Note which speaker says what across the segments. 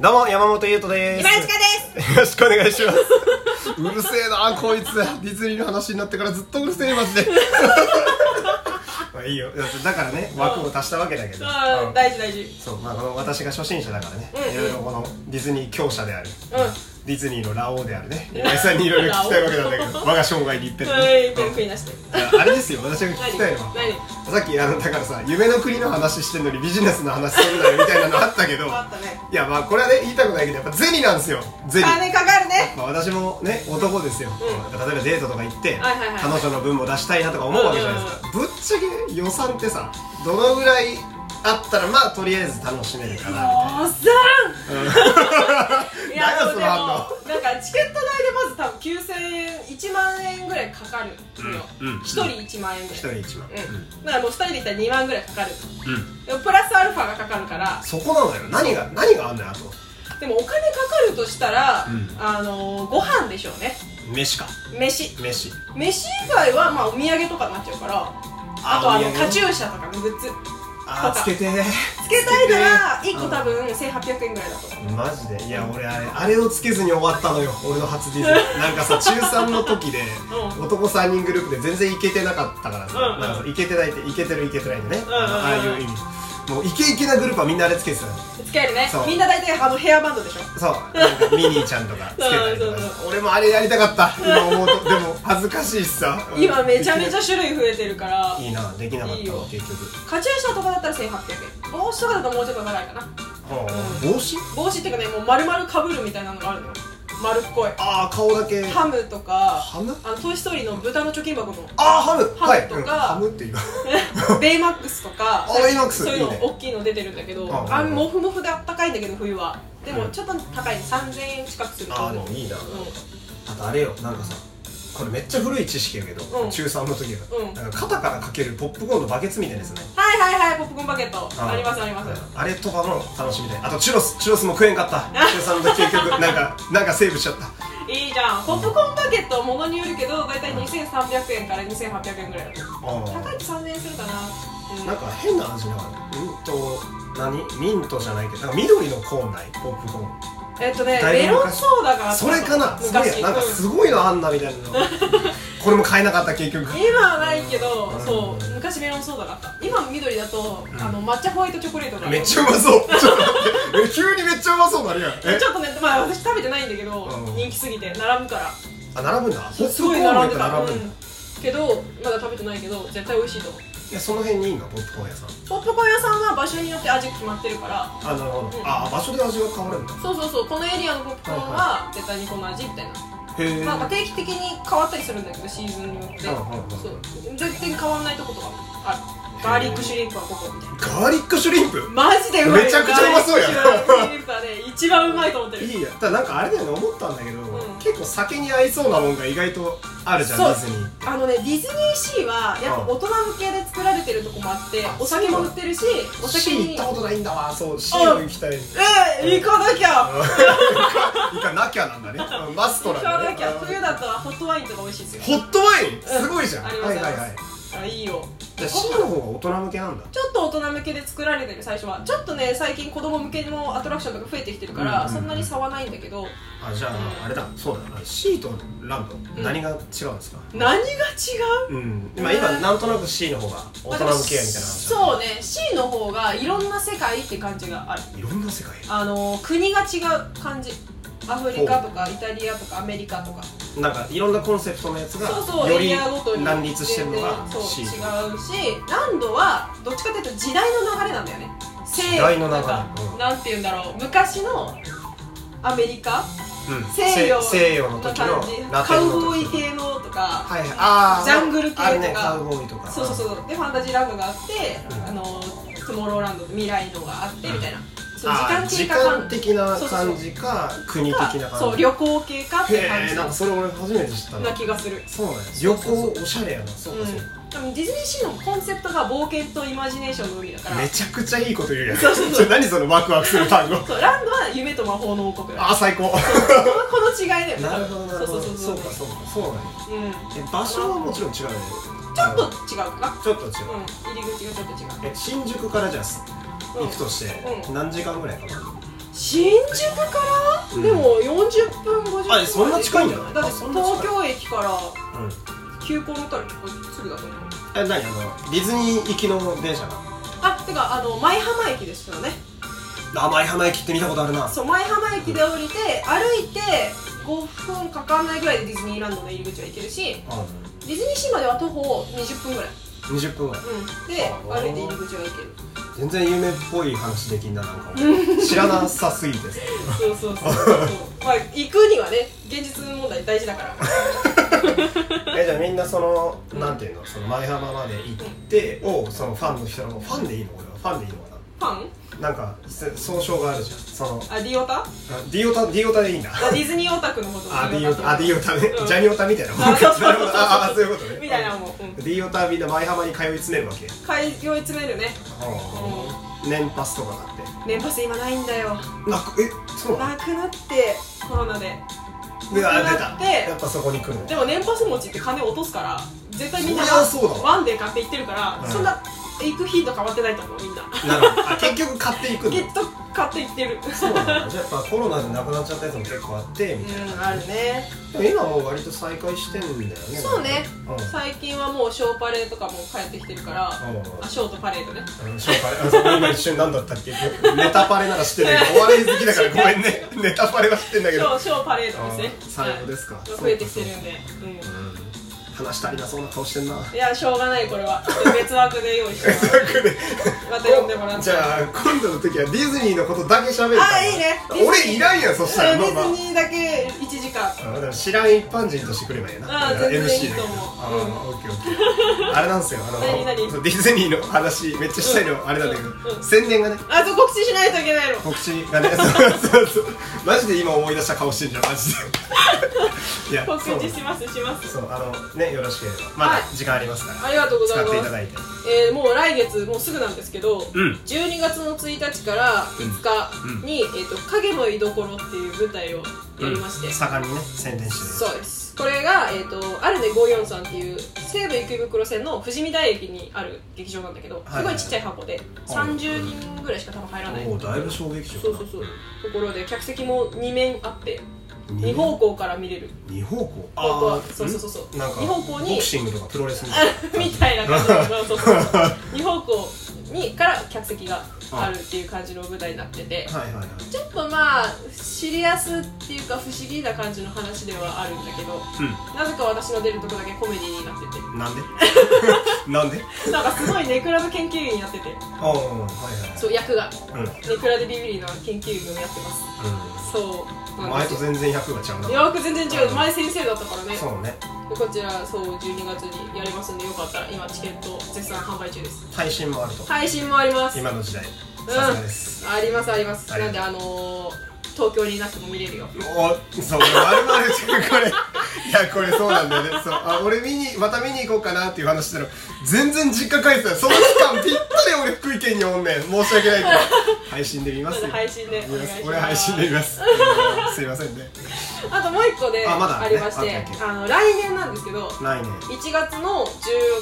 Speaker 1: どうも山本優斗で
Speaker 2: 今
Speaker 1: す
Speaker 2: 井塚です
Speaker 1: よろしくお願いしますうるせえなこいつディズニーの話になってからずっとうるせえマジ でまあいいよだってだからね枠を足したわけだけど
Speaker 2: あ
Speaker 1: う
Speaker 2: ー
Speaker 1: ん
Speaker 2: 大事大事
Speaker 1: そうまあこの私が初心者だからね
Speaker 2: うんうん
Speaker 1: いろいろこのディズニー強者である
Speaker 2: うんは
Speaker 1: ディズニーのラオウであるね今井さんにいろいろ 聞きたいわけなんだけど我が生涯に一遍ね
Speaker 2: い
Speaker 1: うん
Speaker 2: 手繰り出して
Speaker 1: いやあれですよ私が聞きたいのは
Speaker 2: 何
Speaker 1: さっきあのだからさ夢の国の話してんのにビジネスの話するなよみたいなのあったけ ど
Speaker 2: あったね
Speaker 1: いやまあこれはね言いたくないけどやっぱ銭なんですよ銭
Speaker 2: 金かかるね
Speaker 1: まあ、私もね男ですよ、例えばデートとか行って、
Speaker 2: はいはいはい
Speaker 1: 彼女の分も出したいなとか思うわけじゃないですか、ぶっちゃけね予算ってさどのぐらいあったらまあとりあえず楽しめるかな
Speaker 2: おっさんいや
Speaker 1: 何や
Speaker 2: でも
Speaker 1: その
Speaker 2: なん
Speaker 1: 反
Speaker 2: かチケット代でまず多分9000円1万円ぐらいかかる
Speaker 1: うんうん
Speaker 2: 1人1万円ぐ
Speaker 1: 一
Speaker 2: らい
Speaker 1: 人一万、
Speaker 2: うんだからもう2人で行ったら2万ぐらいかかる
Speaker 1: うん
Speaker 2: でもプラスアルファがかかるから
Speaker 1: そこなのよ何が何があんだよあと
Speaker 2: でもお金かかるとしたら、
Speaker 1: うん
Speaker 2: あのーご飯でしょうね
Speaker 1: 飯か
Speaker 2: 飯
Speaker 1: 飯
Speaker 2: 飯以外はまあお土産とかになっちゃうからあとあのカチューシャとかのグッズ
Speaker 1: あーつけて
Speaker 2: つけたいから1個
Speaker 1: うん
Speaker 2: 多分1800円ぐらいだと思う
Speaker 1: マジでいや俺あれあれをつけずに終わったのよ俺の初ディズニーなんかさ中3の時で
Speaker 2: う
Speaker 1: 男3人グループで全然イケてなかったからさ、
Speaker 2: うんうん
Speaker 1: なんかさイケてないってイケてるイケてないってね、
Speaker 2: んうんうん
Speaker 1: ああいう意味もうイケイケなグループはみんなあれつけてたの
Speaker 2: つけるね
Speaker 1: そう
Speaker 2: みんな大体あのヘアバンドでしょ
Speaker 1: そうなんかミニーちゃんとかつけたりとか
Speaker 2: そうそう
Speaker 1: 俺もあれやりたかった今思うと でも恥ずかしいしさ
Speaker 2: 今めちゃめち
Speaker 1: ゃ
Speaker 2: ゃ種類増えてるから
Speaker 1: いいなできなかっ
Speaker 2: いい
Speaker 1: たわ
Speaker 2: よ
Speaker 1: 結局
Speaker 2: カチューシャとかだったら1800円帽子とかだともうちょっと長いかな
Speaker 1: はあ帽子
Speaker 2: 帽子っていうかねもう丸々かぶるみたいなのがあるのよ丸っこい
Speaker 1: ああ顔だけ
Speaker 2: ハムとか
Speaker 1: ハム
Speaker 2: あのトイ・ストーリーの豚の貯金 箱の
Speaker 1: ああハム
Speaker 2: ハムとか
Speaker 1: はいうんハムっ ていうか
Speaker 2: ベイマックスとか
Speaker 1: あベイマックス
Speaker 2: そういう
Speaker 1: いいね
Speaker 2: の大きいの出てるんだけど
Speaker 1: ああ
Speaker 2: あモフモフであったかいんだけど冬はで
Speaker 1: う
Speaker 2: も
Speaker 1: ん
Speaker 2: ちょっと高い3000円近くすると
Speaker 1: ああで
Speaker 2: 思う
Speaker 1: もいいな
Speaker 2: うん
Speaker 1: あとあれよなんかさこれめっちゃ古い知識やけど、
Speaker 2: うん
Speaker 1: 中3の時だから、
Speaker 2: うん
Speaker 1: なんか肩からかけるポップコーンのバケツみたいですね
Speaker 2: はいはいはいポップコーンバケットありますあります
Speaker 1: あれとかも楽しみであとチュロスチュロスも食えんか った中3の時結局なんかなんかセーブしちゃった
Speaker 2: いいじゃんポップコーンバケットはものによるけど大体2300円から2800円ぐらいだ
Speaker 1: あ
Speaker 2: と高
Speaker 1: ー
Speaker 2: いと3000円するかなうん
Speaker 1: なんか変な味なかったミント何ミントじゃないけどなんか緑のコーンないポップコーン
Speaker 2: えっとね
Speaker 1: だい
Speaker 2: メ
Speaker 1: ぶ
Speaker 2: ロン
Speaker 1: 昔
Speaker 2: ソーダがあった
Speaker 1: それかなそれ
Speaker 2: 昔
Speaker 1: やなんかすごいのあんなみたいなのこれも買えなかった結局
Speaker 2: うん今はないけど、
Speaker 1: うん
Speaker 2: そう昔メロンソーダがあった今緑だと、あの抹茶ホワイトチョコレートが
Speaker 1: めっちゃうまそうちょっと待ってえ急にめっちゃうまそうなるやんえ
Speaker 2: ちょっとねまあ私食べてないんだけど、
Speaker 1: うん
Speaker 2: 人気すぎて並ぶから
Speaker 1: あ並ぶんだポップ
Speaker 2: す
Speaker 1: コ
Speaker 2: ご
Speaker 1: ー
Speaker 2: い
Speaker 1: ンの
Speaker 2: 並
Speaker 1: や
Speaker 2: ん
Speaker 1: つ
Speaker 2: でた
Speaker 1: 並ぶんだ
Speaker 2: うんけどまだ食べてないけど絶対美味しいと思う
Speaker 1: いやその辺にいいんだポップコーン屋さん
Speaker 2: ポップコーン屋さんは場所によって味決まってるから
Speaker 1: あなるほど、
Speaker 2: うん
Speaker 1: あ場所で味が変わるんだへ
Speaker 2: そうそうそうこのエリアのポップコーンは絶対にこの味みたいな、
Speaker 1: え
Speaker 2: なんか定期的に変わったりするんだけどシーズンによって、
Speaker 1: はいはいはい
Speaker 2: そう全然変わんないとことかあるガーリックシュリンプはここみたいな
Speaker 1: ガーリックシュリンプ
Speaker 2: マジでうまい
Speaker 1: めちゃくちゃうまそうやん
Speaker 2: ガーリックシュリンプはね一番うまいと思ってる
Speaker 1: いいやただなんかあれだよね思ったんだけど、
Speaker 2: うん
Speaker 1: 結構酒に合いそうなもんが意外とあるじゃんデ
Speaker 2: そう
Speaker 1: ィズニー
Speaker 2: あのねディズニーシーはやっぱ大人向けで作られてるとこもあってお酒も売ってるしお酒
Speaker 1: C 行
Speaker 2: に
Speaker 1: ったことないんだわそう C 行きたい
Speaker 2: えー、行かなきゃ
Speaker 1: 行かなきゃなんだねうんマスト
Speaker 2: 行
Speaker 1: なん
Speaker 2: か
Speaker 1: だ
Speaker 2: な
Speaker 1: ね
Speaker 2: きゃ冬だったらホットワインとか美味しいですよ
Speaker 1: ホットワインすごいじゃん、
Speaker 2: ありがと
Speaker 1: は
Speaker 2: う
Speaker 1: い
Speaker 2: ご
Speaker 1: は
Speaker 2: ざい
Speaker 1: い
Speaker 2: ます
Speaker 1: はい
Speaker 2: あいいよ
Speaker 1: じゃあ C の方が大人向けなんだ
Speaker 2: ちょっと大人向けで作られてる最初はちょっとね最近子供向けのアトラクションとか増えてきてるから、
Speaker 1: うんうん
Speaker 2: そんなに差はないんだけど
Speaker 1: あじゃああれだそうだな C とランド、
Speaker 2: うん
Speaker 1: 何が違うんですか
Speaker 2: 何が違う
Speaker 1: うん今今なんとなく C の方が大人向けやみたいな話だ
Speaker 2: そうね C の方がいろんな世界って感じがある
Speaker 1: いろんな世界
Speaker 2: あの国が違う感じアフリカとかイタリアとかアメリカとか
Speaker 1: なんかいろんなコンセプトのやつが
Speaker 2: そうそう
Speaker 1: よ
Speaker 2: エ
Speaker 1: り
Speaker 2: リアごとに
Speaker 1: 乱立してるのが
Speaker 2: そう
Speaker 1: C
Speaker 2: 違うしランドはどっちかというと時代の流れなんだよね
Speaker 1: 時代の流れ
Speaker 2: なんか
Speaker 1: うん
Speaker 2: なんて言うんだろう昔のアメリカ
Speaker 1: うん
Speaker 2: 西洋
Speaker 1: せ西洋の時のラテ
Speaker 2: カ
Speaker 1: ン
Speaker 2: ウ
Speaker 1: の時
Speaker 2: ボーイ系のとか、
Speaker 1: はいはいあー
Speaker 2: ジャングル系とか
Speaker 1: あるねカウボーイとか
Speaker 2: そうそう
Speaker 1: う
Speaker 2: そうでファンタジーランドがあって、
Speaker 1: うん
Speaker 2: あのトゥモローランド未来のがあってみたいな、そう
Speaker 1: あー時
Speaker 2: 時間
Speaker 1: 間
Speaker 2: 経過
Speaker 1: 的な
Speaker 2: そうそうそう
Speaker 1: 感じか国的な感じ
Speaker 2: そう旅行系かって感
Speaker 1: へ
Speaker 2: じ
Speaker 1: えなんかそれ俺初めて知った
Speaker 2: な
Speaker 1: な
Speaker 2: 気がする
Speaker 1: そうなんや旅行おしゃれやなそうかそうか
Speaker 2: うん、でもディズニーシーのコンセプトが冒険とイマジネーションの海だから
Speaker 1: めちゃくちゃいいこと言うやん
Speaker 2: そうそうそう
Speaker 1: ちょ何そのワクワクする単 語
Speaker 2: そうランドは夢と魔法の王国だ
Speaker 1: あー最高
Speaker 2: このこの違いだよね
Speaker 1: なるほどなるほど
Speaker 2: そう
Speaker 1: そ
Speaker 2: そううそう
Speaker 1: か
Speaker 2: そ
Speaker 1: そ
Speaker 2: う
Speaker 1: うかそうなんや
Speaker 2: うん、
Speaker 1: え場所はもちろん違うよね
Speaker 2: ちょっと違うかな
Speaker 1: ちょっと違う
Speaker 2: うん入り口がちょっと違
Speaker 1: え
Speaker 2: う
Speaker 1: 新宿からじゃあす
Speaker 2: うん
Speaker 1: 行くとして
Speaker 2: うん
Speaker 1: 何時間ぐらいかかるの
Speaker 2: 新宿から、でも40分50分
Speaker 1: あそんな近いんだ
Speaker 2: だって
Speaker 1: あそんな近い
Speaker 2: 東京駅から
Speaker 1: うん
Speaker 2: 急行乗ったら結構すぐだと思う
Speaker 1: え何あのディズニー行きの電車が
Speaker 2: あてかあの舞浜駅でしたね
Speaker 1: 甘い花駅って見たことあるな
Speaker 2: そう舞浜駅で降りて歩いて5分かかんないぐらいでディズニーランドの入り口は行けるし
Speaker 1: う
Speaker 2: ディズニーシーまでは徒歩20分ぐらい、
Speaker 1: ん20分ぐらい
Speaker 2: うん、で
Speaker 1: あー
Speaker 2: 歩いて入り口は行ける
Speaker 1: 全然有名っぽい話できんななんか知らなさすぎてさ
Speaker 2: そうそうそうそうまあ行くにはね現実問題大事だから
Speaker 1: えじゃあみんなそのなんていうのその舞浜まで行ってをそのファンの人らもファンでいいの俺はファンでいいのか
Speaker 2: ファン
Speaker 1: ななんかせ総称があるじゃんその
Speaker 2: あディオタ
Speaker 1: あディオタディオタでいいんだ
Speaker 2: あディズニーオタクのこと
Speaker 1: あディオタあデ
Speaker 2: オ
Speaker 1: ィオタね、
Speaker 2: うん
Speaker 1: ジャニオタみたいなもんか
Speaker 2: あそうそうそう
Speaker 1: なるほどああそういうことね
Speaker 2: みたいなもん、うん
Speaker 1: デ、ィオタはみんな舞浜に通い詰めるわけ
Speaker 2: 買い追い詰めるね
Speaker 1: 年パスとかだって
Speaker 2: 年パス今ないんだよ
Speaker 1: なくえそうなの
Speaker 2: なくなってコロナで
Speaker 1: うわ
Speaker 2: なく
Speaker 1: 出
Speaker 2: な
Speaker 1: た
Speaker 2: って
Speaker 1: やっぱそこに来るの
Speaker 2: でも年パス持ちって金落とすから絶対みんな
Speaker 1: そりゃそうだわ
Speaker 2: ワンで買っていってるから、
Speaker 1: うん
Speaker 2: そんな行く頻度変わってないと思うみんな
Speaker 1: なるほどあ結局買っていくの
Speaker 2: きっと買っていってる
Speaker 1: そうなんだじゃあやっぱコロナでなくなっちゃったやつも結構あってみたいな、
Speaker 2: うんあるね
Speaker 1: でも今もう割と再開してんだよね
Speaker 2: そうね
Speaker 1: うん
Speaker 2: 最近はもうショーパレーとかも帰ってきてるからあショートパレードね
Speaker 1: あの紹介あそう今一瞬何だったっけ ネタパレなら知ってないけどお笑い好き だからごめんねネタパレは知ってんだけ
Speaker 2: シ
Speaker 1: ど
Speaker 2: ョーショーパレードですね
Speaker 1: あ最後ですか
Speaker 2: はい増えてきてるんでう
Speaker 1: うん話足りなそうな顔してんなん
Speaker 2: いやしょうがないこれは別枠で用意して ますまた呼んでもらって
Speaker 1: じゃあ今度の時はディズニーのことだけ喋るから
Speaker 2: あいいね
Speaker 1: 俺いらんやんそしたら
Speaker 2: うん
Speaker 1: ま
Speaker 2: デ
Speaker 1: あまあ
Speaker 2: ィズニーだけ1時間
Speaker 1: あでも知らん一般人としてくればいいな
Speaker 2: あー全然
Speaker 1: MC
Speaker 2: いい と思う
Speaker 1: あーオッケーオッケーあれなんですよあの
Speaker 2: 何何
Speaker 1: そうディズニーの話めっちゃしたいのあれなんだけ
Speaker 2: うんう
Speaker 1: ど
Speaker 2: ん
Speaker 1: 宣伝がね
Speaker 2: あそう告知しないといけないの
Speaker 1: 告知がね そうそうそうマジで今思い出した顔してんじゃんマジで いや
Speaker 2: 告知
Speaker 1: そ
Speaker 2: しますします
Speaker 1: うそうあのねよろしければま
Speaker 2: は
Speaker 1: だ
Speaker 2: い
Speaker 1: 時間ありますから
Speaker 2: ありがとうござ
Speaker 1: 使
Speaker 2: い
Speaker 1: っ
Speaker 2: ま
Speaker 1: ていた
Speaker 2: す
Speaker 1: だいて
Speaker 2: えー、もう来月もうすぐなんですけど、
Speaker 1: うん
Speaker 2: 12月の1日から5日に「えー、と影の居所」っていう舞台をやりまして、
Speaker 1: うん盛んにね宣伝して
Speaker 2: そうですこれが、えー、とあるね543っていう西武池袋線の富士見台駅にある劇場なんだけど、
Speaker 1: はい
Speaker 2: すごいちっちゃい箱で30人ぐらいしか多分入らない
Speaker 1: もうだいぶ衝撃
Speaker 2: そ
Speaker 1: 中
Speaker 2: うそうそうところで客席も2面あって
Speaker 1: 二
Speaker 2: 2方向から見れる
Speaker 1: 二方向
Speaker 2: 方向
Speaker 1: あー
Speaker 2: そうそうそうそう
Speaker 1: なんか
Speaker 2: 二方向に
Speaker 1: ボクシングとかプロレスみたいな
Speaker 2: あみたいな感じのそうそうそう2方向にから客席があるっていう感じの舞台になってて
Speaker 1: はいはいはい
Speaker 2: ちょっとまあシリアスっていうか不思議な感じの話ではあるんだけどなぜか私の出るとこだけコメディになって
Speaker 1: うん なんでなんで
Speaker 2: てなんかすごいネクラの研究員やってて
Speaker 1: ああはいはい
Speaker 2: そう役が
Speaker 1: うんうん
Speaker 2: ネクラでビビリの研究員をやってますそうなん
Speaker 1: 前
Speaker 2: で
Speaker 1: と
Speaker 2: すよ
Speaker 1: 全然100がちゃうな
Speaker 2: よく全然違う前先生だったからね
Speaker 1: そうね
Speaker 2: こちらそう12月にやりますんでよかったら今チケット絶賛販売中です
Speaker 1: 耐震もあると
Speaker 2: 配信もあります
Speaker 1: 今の時代さすがです
Speaker 2: ありますあります
Speaker 1: あり
Speaker 2: な
Speaker 1: が
Speaker 2: ん
Speaker 1: と
Speaker 2: であのー、東京にいなくても見れる よ
Speaker 1: おそう丸々ちゃん これいやこれそうなんだよねそうあ俺見にまた見に行こうかなっていう話したら全然実家帰ってたよその期間ぴったり俺福井県におんねん申し訳 ないけど配信で見ま
Speaker 2: ますず
Speaker 1: よ
Speaker 2: 配信でお
Speaker 1: 見ま
Speaker 2: 願いしますす
Speaker 1: 俺配信で見 ますうんすいませんね
Speaker 2: あともう一個で
Speaker 1: あまだ
Speaker 2: ありまし
Speaker 1: ね
Speaker 2: て
Speaker 1: あオッケーオッケ
Speaker 2: あの来年なんですけど
Speaker 1: ないね
Speaker 2: 1月の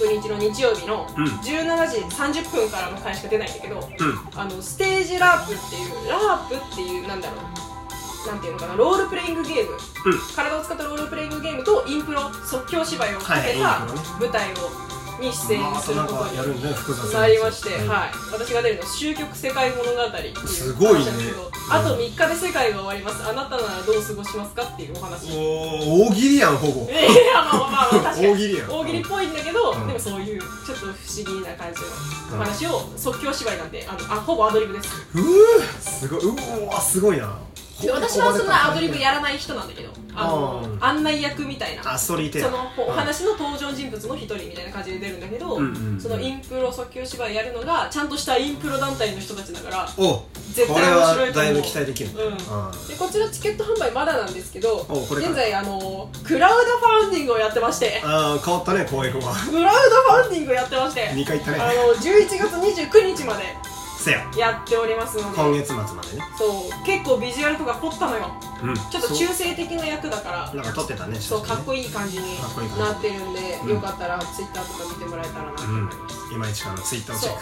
Speaker 2: 16日の日曜日の
Speaker 1: うん
Speaker 2: 17時30分からの回しか出ないんだけど、
Speaker 1: うん
Speaker 2: あのステージラープっていうラープっていうなんだろうなんていうのかなロールプレイングゲーム、体を使ったロールプレイングゲームとインプロ即興芝居をか
Speaker 1: はいイ
Speaker 2: け
Speaker 1: ンプロね
Speaker 2: た舞台をに出
Speaker 1: ま
Speaker 2: 演
Speaker 1: あ
Speaker 2: す
Speaker 1: と
Speaker 2: る
Speaker 1: なん
Speaker 2: こと
Speaker 1: か
Speaker 2: に
Speaker 1: やるんだよ複雑な
Speaker 2: なりまして、
Speaker 1: うん
Speaker 2: はい、私が出るの「終局世界物語」っていう話なんです
Speaker 1: す
Speaker 2: けど
Speaker 1: ごいね
Speaker 2: あと3日で世界が終わりますあなたならどう過ごしますかっていうお話い
Speaker 1: おー大喜利やんほぼ
Speaker 2: やいやまあまあ まあ確かに
Speaker 1: 大喜利やん
Speaker 2: 大喜利っぽいんだけど、
Speaker 1: うん
Speaker 2: でもそういうちょっと不思議な感じのお話を即興芝居なんであのあほぼアドリブです
Speaker 1: うーすごいうおーすごいな
Speaker 2: で私はそんなアドリブやらない人なんだけどあの
Speaker 1: うん
Speaker 2: 案内役みたいな
Speaker 1: あストーリーテ
Speaker 2: そ
Speaker 1: ラー
Speaker 2: のお話の登場人物の一人みたいな感じで出るんだけど、
Speaker 1: うんうんうん
Speaker 2: そのインプロ即興芝居やるのがちゃんとしたインプロ団体の人たちだから
Speaker 1: おこ
Speaker 2: 絶対
Speaker 1: れ
Speaker 2: 面白
Speaker 1: はいだ
Speaker 2: と思
Speaker 1: いうぶ期待できるね
Speaker 2: うんでこちらチケット販売まだなんですけど
Speaker 1: おこれから
Speaker 2: 現在あのクラウドファンディングをやって まして
Speaker 1: あー変わったね光栄君は
Speaker 2: クラウドファンディングをやってまして
Speaker 1: 2回行った
Speaker 2: あ
Speaker 1: ね
Speaker 2: の11月29日まで
Speaker 1: せや
Speaker 2: やっておりますので
Speaker 1: 今月末までね
Speaker 2: そう結構ビジュアルとか凝ったのよ
Speaker 1: うん
Speaker 2: ちょっと中性的な役だから
Speaker 1: なんか撮ってたね
Speaker 2: そう
Speaker 1: 写真
Speaker 2: か
Speaker 1: ね
Speaker 2: っこいい感じに
Speaker 1: かっこいい感じ
Speaker 2: なってるんで、
Speaker 1: うん
Speaker 2: よかったらツイッターとか見てもらえたらなと
Speaker 1: う
Speaker 2: 思い
Speaker 1: ん
Speaker 2: ます、
Speaker 1: 今一からツイッターをチェッ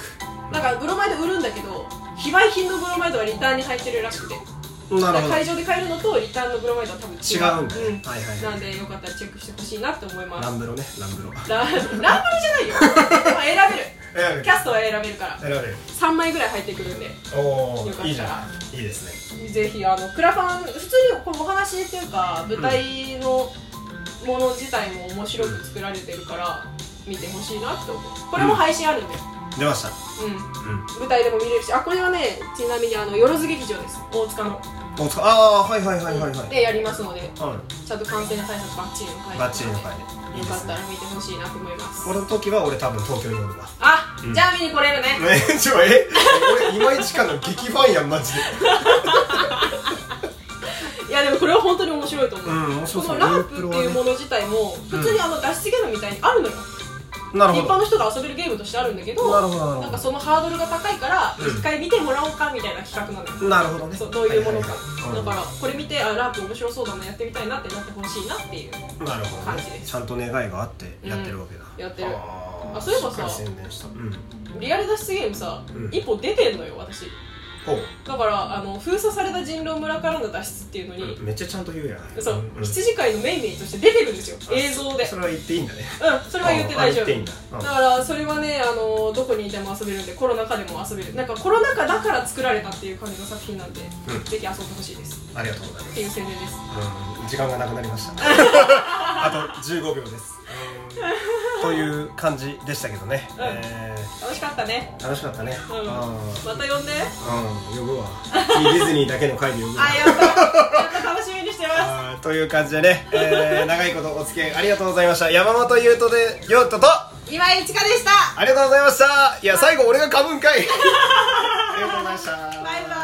Speaker 1: ク
Speaker 2: なんかブロマイド売るんだけど非売品のブロマイドはリターンに入ってるらしくて
Speaker 1: なるほど
Speaker 2: 会場で買えるのとリターンのブロマイドは多分違
Speaker 1: 違うんだ
Speaker 2: う
Speaker 1: ねはいはいはい
Speaker 2: なんでよかったらチェックしてほしいなって思います
Speaker 1: ラ
Speaker 2: ラ
Speaker 1: ンブロねランブロ
Speaker 2: ランブルじゃないよ まあ選べ
Speaker 1: 選べ
Speaker 2: る
Speaker 1: る
Speaker 2: キャストは選べるから
Speaker 1: 選べる
Speaker 2: 3枚ぐらい入ってくるんで
Speaker 1: お
Speaker 2: よかった
Speaker 1: お
Speaker 2: ら
Speaker 1: いいじゃんいいですね
Speaker 2: ぜひあのクラファン普通にこのお話っていうか舞台のもの自体も面白く作られてるから見てほしいなって思うこれも配信あるんで、
Speaker 1: 出ました
Speaker 2: うん
Speaker 1: うん
Speaker 2: 舞台でも見れるしあこれはねちなみにあのよろず劇場です大塚の、
Speaker 1: おつかああはいはいはいはいはい
Speaker 2: でやりますので
Speaker 1: う
Speaker 2: ちゃんと感染対策バッチリの回
Speaker 1: んバッチリの回でい
Speaker 2: よ
Speaker 1: いで
Speaker 2: かっ
Speaker 1: す
Speaker 2: た
Speaker 1: ね
Speaker 2: ら見てほしいなと思います
Speaker 1: この時は俺多分東京におるわ
Speaker 2: あ、
Speaker 1: うん
Speaker 2: じゃあ見に来れるね
Speaker 1: えちょえ俺今市かの激ファンやんマジで
Speaker 2: いやでもこれは本当に面白いと思う、
Speaker 1: うん面白
Speaker 2: こ
Speaker 1: そう
Speaker 2: のラープっていうもの自体も
Speaker 1: プロはね
Speaker 2: 普通にあの脱出ゲームみたいにあるのよ、
Speaker 1: なる
Speaker 2: 一
Speaker 1: ほ
Speaker 2: 般
Speaker 1: ど
Speaker 2: の人が遊べるゲームとしてあるんだけど
Speaker 1: なるほどなるほど
Speaker 2: んかそのハードルが高いから
Speaker 1: うん
Speaker 2: 一回見てもらおうかみたいな企画なのよ、
Speaker 1: なるほどね
Speaker 2: そうどういうものか、
Speaker 1: はいはいはい
Speaker 2: だからこれ見てあラープ面白そうだなやってみたいなってなってほしいなっていう
Speaker 1: なるほど
Speaker 2: 感
Speaker 1: ね
Speaker 2: じです
Speaker 1: ちゃんと願いがあってやってるわけだ
Speaker 2: うんやってる
Speaker 1: あー
Speaker 2: あそういえば
Speaker 1: しっか
Speaker 2: さ
Speaker 1: り宣伝したうん
Speaker 2: リアル脱出ゲームさ、
Speaker 1: うん
Speaker 2: 一歩出てんのよ私
Speaker 1: ほ
Speaker 2: だからあの封鎖された人狼村からの脱出っていうのに、
Speaker 1: うめっちゃちゃんと言うやん
Speaker 2: そう、
Speaker 1: んん
Speaker 2: 羊飼いのメイメイとして出てるんですよ
Speaker 1: あ
Speaker 2: 映像で
Speaker 1: それは言っていいんだね
Speaker 2: うんそれは言って
Speaker 1: ああ
Speaker 2: 大
Speaker 1: 言っ
Speaker 2: 丈夫
Speaker 1: ていいんだうん
Speaker 2: だからそれはねあのどこにいても遊べるんでコロナ禍でも遊べるなんかコロナ禍だから作られたっていう感じの作品なんで、
Speaker 1: うん
Speaker 2: ぜひ遊んでほしいです
Speaker 1: ありがとうございま
Speaker 2: っていう宣伝です
Speaker 1: す、うん、時間がなくなりました あと15秒です、うんという感じでしたけどね、
Speaker 2: ん
Speaker 1: え
Speaker 2: 楽しかったね
Speaker 1: ー楽しかったね
Speaker 2: うん
Speaker 1: う
Speaker 2: また呼んで
Speaker 1: ん、うん、呼ぶわいいディズニーだけの会で呼ぶわ
Speaker 2: あやったやった楽しみにしてます
Speaker 1: あーという感じでね、えー長いことお付き合いありがとうございました山本優斗で優斗とあ
Speaker 2: 今井ちかでした
Speaker 1: りがとうございましたいや最後俺がかぶんかいありがとうございました
Speaker 2: バイバイ